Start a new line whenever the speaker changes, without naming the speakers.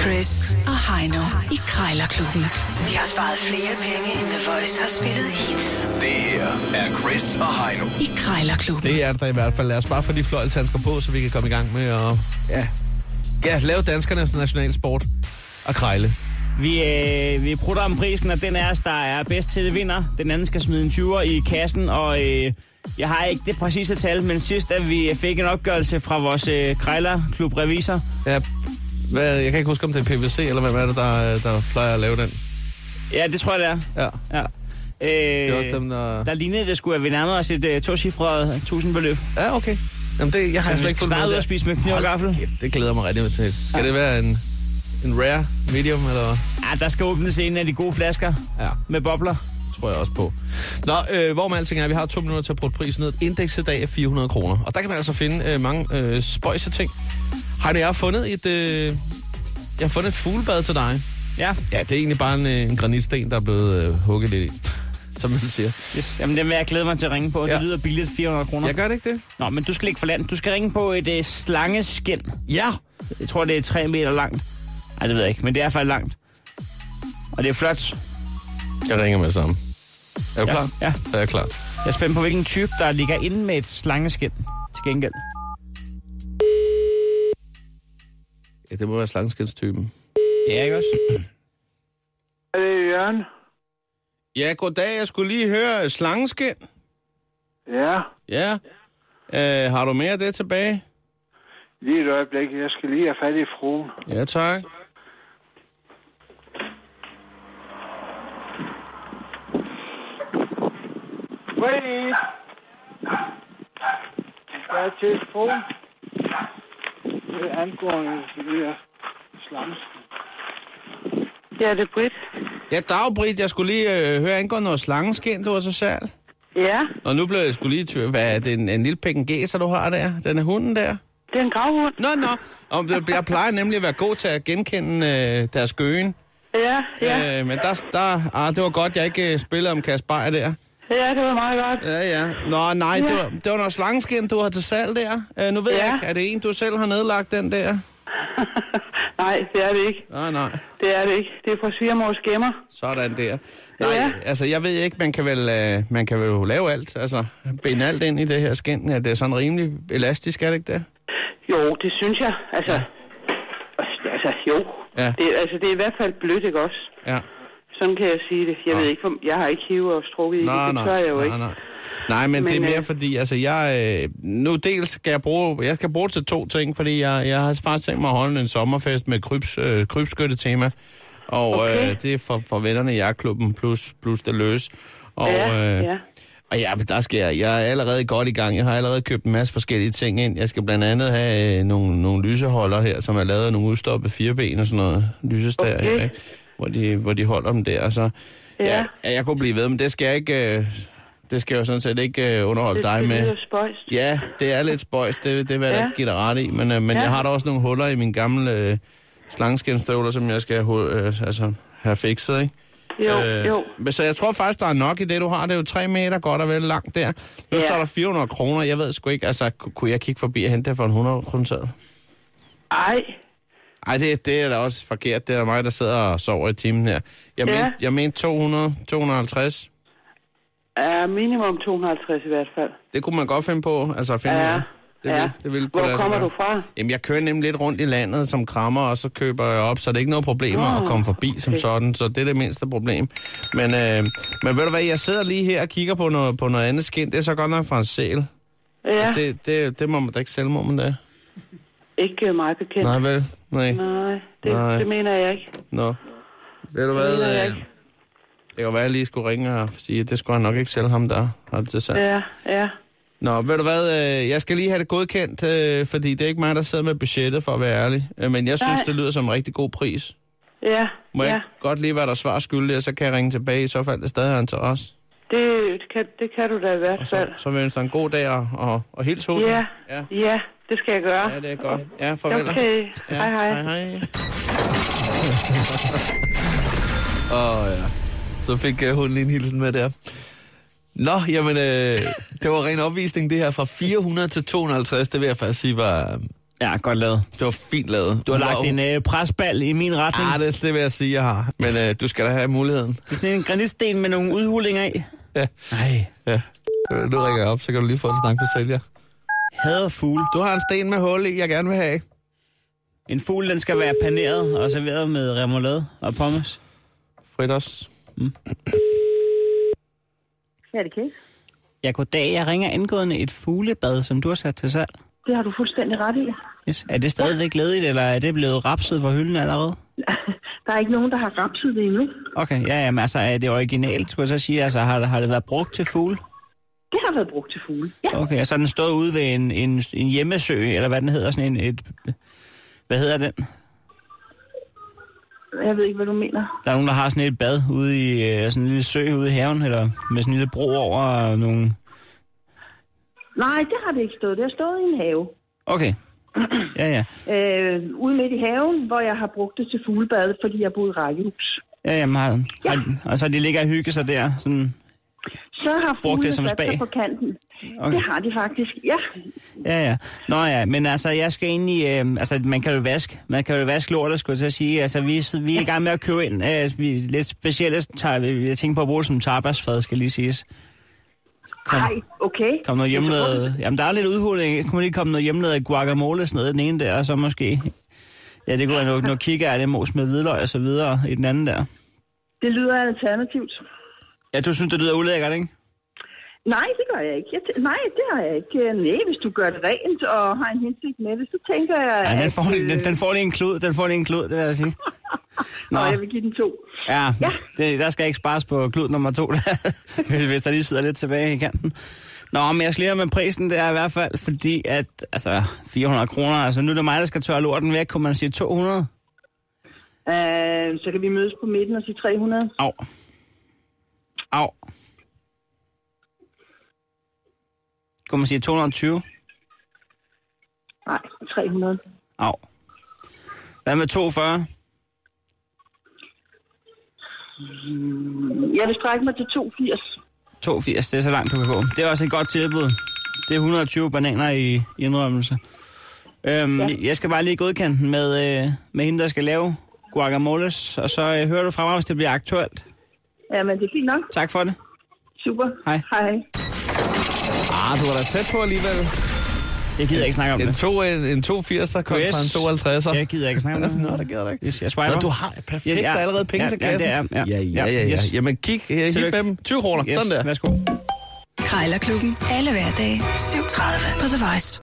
Chris og Heino i Krejlerklubben. De har sparet flere penge, end The Voice har spillet hits
Det her er Chris og Heino.
i Krejlerklubben.
Det er det da i hvert fald. Lad os bare få de fløjeltansker på, så vi kan komme i gang med at ja, ja, lave danskernes nationalsport og krejle.
Vi, øh, vi prutter om prisen, og den er, der er bedst til det vinder. Den anden skal smide en 20'er i kassen, og øh, jeg har ikke det præcise tal, men sidst at vi fik en opgørelse fra vores øh, krejlerklubrevisor.
Ja, hvad, jeg kan ikke huske, om det er PVC, eller hvem er det, der, der plejer at lave den.
Ja, det tror jeg, det er.
Ja,
Ja. Øh,
det er også dem, der...
Der lignede det skulle, at vi nærmede os et øh, tocifret tusindbeløb.
Ja, okay. Jamen, det, jeg har
Så
slet
vi
ikke
skal
fulgt med
snart ud
der.
og spise med kniv og
Hold
gaffel.
Kæft, det glæder mig rigtig meget til. Skal det være en, en rare, medium, eller...
Ja, der skal åbnes en af de gode flasker
Ja,
med bobler.
tror jeg også på. Nå, øh, hvor med alting er, vi har to minutter til at bruge prisen ned. Indeks i dag er 400 kroner. Og der kan man altså finde øh, mange øh, spøjse ting. Heino, jeg har fundet et... Øh, jeg har fundet et fuglebad til dig.
Ja,
Ja, det er egentlig bare en, øh, en granitsten, der er blevet øh, hugget lidt i. Som man siger.
yes. Jamen, den vil jeg glæde mig til at ringe på.
Ja.
Det lyder billigt, 400 kroner.
Jeg gør det ikke det?
Nå, men du skal ikke for land. Du skal ringe på et øh, slangeskin.
Ja!
Jeg tror, det er 3 meter langt. Nej, det ved jeg ikke, men det er faktisk langt. Og det er flot.
Jeg ringer med det samme. Er du
Ja,
klar?
ja.
Er jeg klar?
Jeg er spændt på, hvilken type, der ligger inde med et slangeskin til gengæld.
Ja, det må være slangskindstypen.
Ja, ikke også?
Er det Jørgen?
Ja, goddag. Jeg skulle lige høre øh, slangeskind.
Ja,
Ja. Øh, har du mere af det tilbage?
lige et øjeblik. Jeg skal lige have fat i fruen.
Ja, tak.
Wait! Hvad er til fruen? Det er angående det der slamsen.
Ja, det er Britt.
Ja, dag, Britt. Jeg skulle lige øh, høre angående noget slangeskind, du har så salg.
Ja,
Og nu blev jeg skulle lige tvivl. Hvad er det? En, en lille pekingæser, du har der? Den er hunden der?
det er en gravhund.
Nå, nå. Og det- jeg plejer nemlig at være god til at genkende øh, deres gøen.
Ja, ja,
Øh, men der, der, ah, det var godt, jeg ikke øh, spillede om Kasper Beyer der.
ja, det var meget godt.
Ja, ja. Nå, nej, det var, det var noget slangeskin, du har til salg der. Øh, nu ved ja. jeg
Ja.
ikke, er det en, du selv har nedlagt den der?
Nej, det er det ikke.
Nej, nej.
Det er det ikke. Det er fra svigermors gemmer.
Sådan der. Nej, ja.
Ja.
altså jeg ved ikke, man kan, vel, øh, man kan vel jo lave alt, altså binde alt ind i det her skin, at det er sådan rimelig elastisk, er det ikke det?
Jo, det synes jeg. Altså, altså jo.
Ja.
Det, altså, det er i hvert fald blødt, ikke også?
Ja.
Sådan kan jeg sige det. Jeg
Nå.
ved ikke, hvor, jeg har ikke hivet og strukket i det.
Nej,
Det
nej,
tør jeg jo
nej,
ikke.
nej. Nej, men, men det
Men,
er mere
øh,
fordi, altså jeg, øh, nu dels skal jeg bruge, jeg skal bruge det til to ting, fordi jeg, jeg har faktisk tænkt mig at holde en sommerfest med krybs, øh, krybskytte-tema, og okay.
Okay.
øh, det er for, for vennerne i jagtklubben, plus, plus det løs. Og,
ja,
øh,
ja.
Og ja, men der skal jeg. Jeg er allerede godt i gang. Jeg har allerede købt en masse forskellige ting ind. Jeg skal blandt andet have øh, nogle, nogle lyseholder her, som er lavet af nogle udstoppede fireben og sådan noget. Lysestager okay.
Okay.
her, ikke? Hvor, de, hvor de holder dem der. og Så,
Ja.
ja, jeg kunne blive ved, men det skal jeg ikke... Øh, det skal jeg jo sådan set ikke øh, underholde
Det,
dig
det
med.
lyder spøjst.
Ja, det er lidt spøjs, det, det vil jeg ja.
Ja.
ikke give dig ret i, men, øh, men ja.
Ja.
jeg har da også nogle huller i mine gamle øh, slangeskinstøvler, som jeg skal hu- øh, altså, have fikset, ikke?
Jo,
Øh,
jo.
men Så jeg tror faktisk, der er nok i det, du har. Det er jo 3 meter godt og vel langt der. Nu ja.
Ja.
står der 400 kroner. Jeg ved sgu ikke, altså, ku- kunne jeg kigge forbi og hente det for en 100 kroner sæd?
Ej,
Ej, det, det er da også forkert. Det er da mig, der sidder og sover i timen her. Jeg, ja.
Ja.
mente, jeg mente 200, 250.
er minimum 250 i hvert fald.
Det kunne man godt finde på. Altså, at finde
Ja.
ud af. Det,
ja.
ville, det ville kunne
Hvor
lade sig
kommer
gøre.
du fra?
Jamen, jeg kører nemlig lidt rundt i landet som krammer, og så køber jeg op, så det er ikke noget problem
Nå,
at komme forbi okay. som
Ah, okay.
sådan, så det er det mindste problem. Men, øh, men ved du hvad, jeg sidder lige her og kigger på noget, på noget andet skin. Det er så godt nok fra en sæl.
Ja,
Ja.
det...
Det, det, det må man da ikke selv, må man da.
ikke øh, mig bekendt.
Nej, vel? Nej.
Nej, det,
Nej.
det mener jeg ikke. Det
Nå. Ved du hvad?
mener jeg
Øh,
ikke.
det kan jo være, at jeg lige skulle ringe og sige, at det skulle han nok ikke selv ham, der har det til salg.
Ja, ja.
Nå, ved du hvad, øh, jeg skal lige have det godkendt, øh, fordi det er ikke mig, der sidder med budgettet, for at være ærlig. Øh, Men jeg synes,
Nej.
det lyder som en rigtig god pris.
Ja,
Må ja.
ja.
jeg godt lige være der svar skyldig, og så kan jeg ringe tilbage, i så fald det stadig har interesse.
Det, det, kan, det kan du da i hvert
Så,
fald.
så vil jeg ønske dig en god dag, og, og, og hils hunden.
Ja,
ja.
ja, det skal jeg gøre.
Ja, det er godt. Ja, farvel.
Okay,
Ja,
hej
hej,
hej.
hej. Åh, oh, ja. Så fik uh, hun lige en hilsen med der. Nå, jamen, øh, det var ren opvisning, det her. Fra 400 til 250, det vil jeg faktisk sige var...
Ja, godt lavet.
Det var fint lavet.
Du har
Wow.
lagt en øh, presbal i min retning.
Ah, det, det vil jeg sige, jeg har. Men øh, du skal da have muligheden.
Det er sådan en granitsten med nogle udhulinger i.
Ja.
Nej.
ja. Øh, Nu ringer jeg op, så kan du lige få en snak med sælger.
Hader fugle.
Du har en sten med hul i, jeg gerne vil have.
En fugl, den skal være paneret og serveret med remoulade og pommes.
Frit os.
Ja, det kan ikke.
Ja, goddag. Jeg ringer angående et fuglebad, som du har sat til salg.
Det har du fuldstændig ret i.
Yes. Er det stadigvæk glædeligt, eller er det blevet rapset fra hylden allerede?
Der er ikke nogen, der har rapset det endnu.
Okay, ja, jamen, altså, er det originalt, skulle jeg så sige? Altså, har, har det været brugt til fugle?
Det har været brugt til fugle. Ja,
Okay, og så er den stået ude ved en, en, en hjemmesø, eller hvad den hedder, sådan en, et, hvad hedder den?
jeg ved ikke, hvad du mener.
Der er nogen, der har sådan et bad ude i øh, sådan en lille sø ude i haven, eller med sådan en lille bro over og nogle...
Nej, det har det ikke stået. Det har stået i en have.
Okay. Ja, ja.
Øh, ude midt i haven, hvor jeg har brugt det til fuglebad, fordi jeg boede i rækkehus.
Ja, jamen, har, har, og så de ligger og hygger sig der. Sådan,
Så har fuglene
det som
sat sig
spag?
på kanten.
Okay.
Okay. Det har de faktisk, ja.
ja, ja. Nå ja, men altså, jeg skal egentlig... Øh, altså, man kan jo vaske. Man kan jo vaske lortet, skulle jeg til at sige. Altså, vi, vi er i gang med at købe ind. Øh, vi, lidt specielle... tar- Jeg tænker på at bruge det som tapasfad, skal lige siges. Kom.
Nej, okay.
Kom noget hjemmelavet. Jamen, der er lidt udhuling. Kunne man lige komme noget hjemmelavet guacamole og sådan noget i den ene der, og så måske... Ja, det kunne være noget, noget kikærtemos med hvidløg og så videre i den anden der.
Det lyder alternativt.
Ja, du synes, det lyder ulækkert, ikke?
Nej, det gør jeg ikke. Jeg tæ- nej, det har jeg ikke. Øh, Nej, hvis du gør det rent og har en hensigt med det, så tænker jeg,
Ja, den får,
at,
lige- den,
øh,
den får lige en klud, den får lige en klud, det vil jeg sige. Nå,
og jeg vil give den to.
ja,
Ja.
det, der skal ikke spares på klud nummer to, der, hvis der lige sidder lidt tilbage i kanten. Nå, men jeg slider med prisen der i hvert fald, fordi at, altså, 400 kroner, altså nu er det mig, der skal tørre lorten væk, kunne man sige 200?
Øh, så kan vi mødes på midten og sige 300.
Au. Au. Kunne man sige 220?
Nej, 300.
Au. Hvad med 42?
Jeg vil strække mig til 280.
82, det er så langt, du kan gå. Det er også et godt tilbud. Det er 120 bananer i i indrømmelse. Øhm, ja. Jeg skal bare lige godkende den med, øh, med hende, der skal lave guacamoles, og så øh, hører du fra mig, hvis det bliver aktuelt.
Jamen, det er fint nok.
Tak for det.
Super.
Hej.
Hej.
Ah, du var da tæt på alligevel.
Jeg gider ikke snakke om
En,
det.
to, en, en 280'er kontra en 52'er.
Jeg gider ikke snakke om det.
Nå, det gider du ikke.
Yes, jeg swiper.
Nå, du har perfekt,
Ja,
ja,
ja.
ja. der er allerede penge
Ja,
ja, til
ja, det
kassen.
er- ja.
ja, ja, ja, ja.
Yes.
Jamen kig, her, hit
Tillykke.
med dem. 20 kroner,
Yes,
sådan der.
Værsgo.
Krejlerklubben. Alle hverdage 7.30 på The Voice.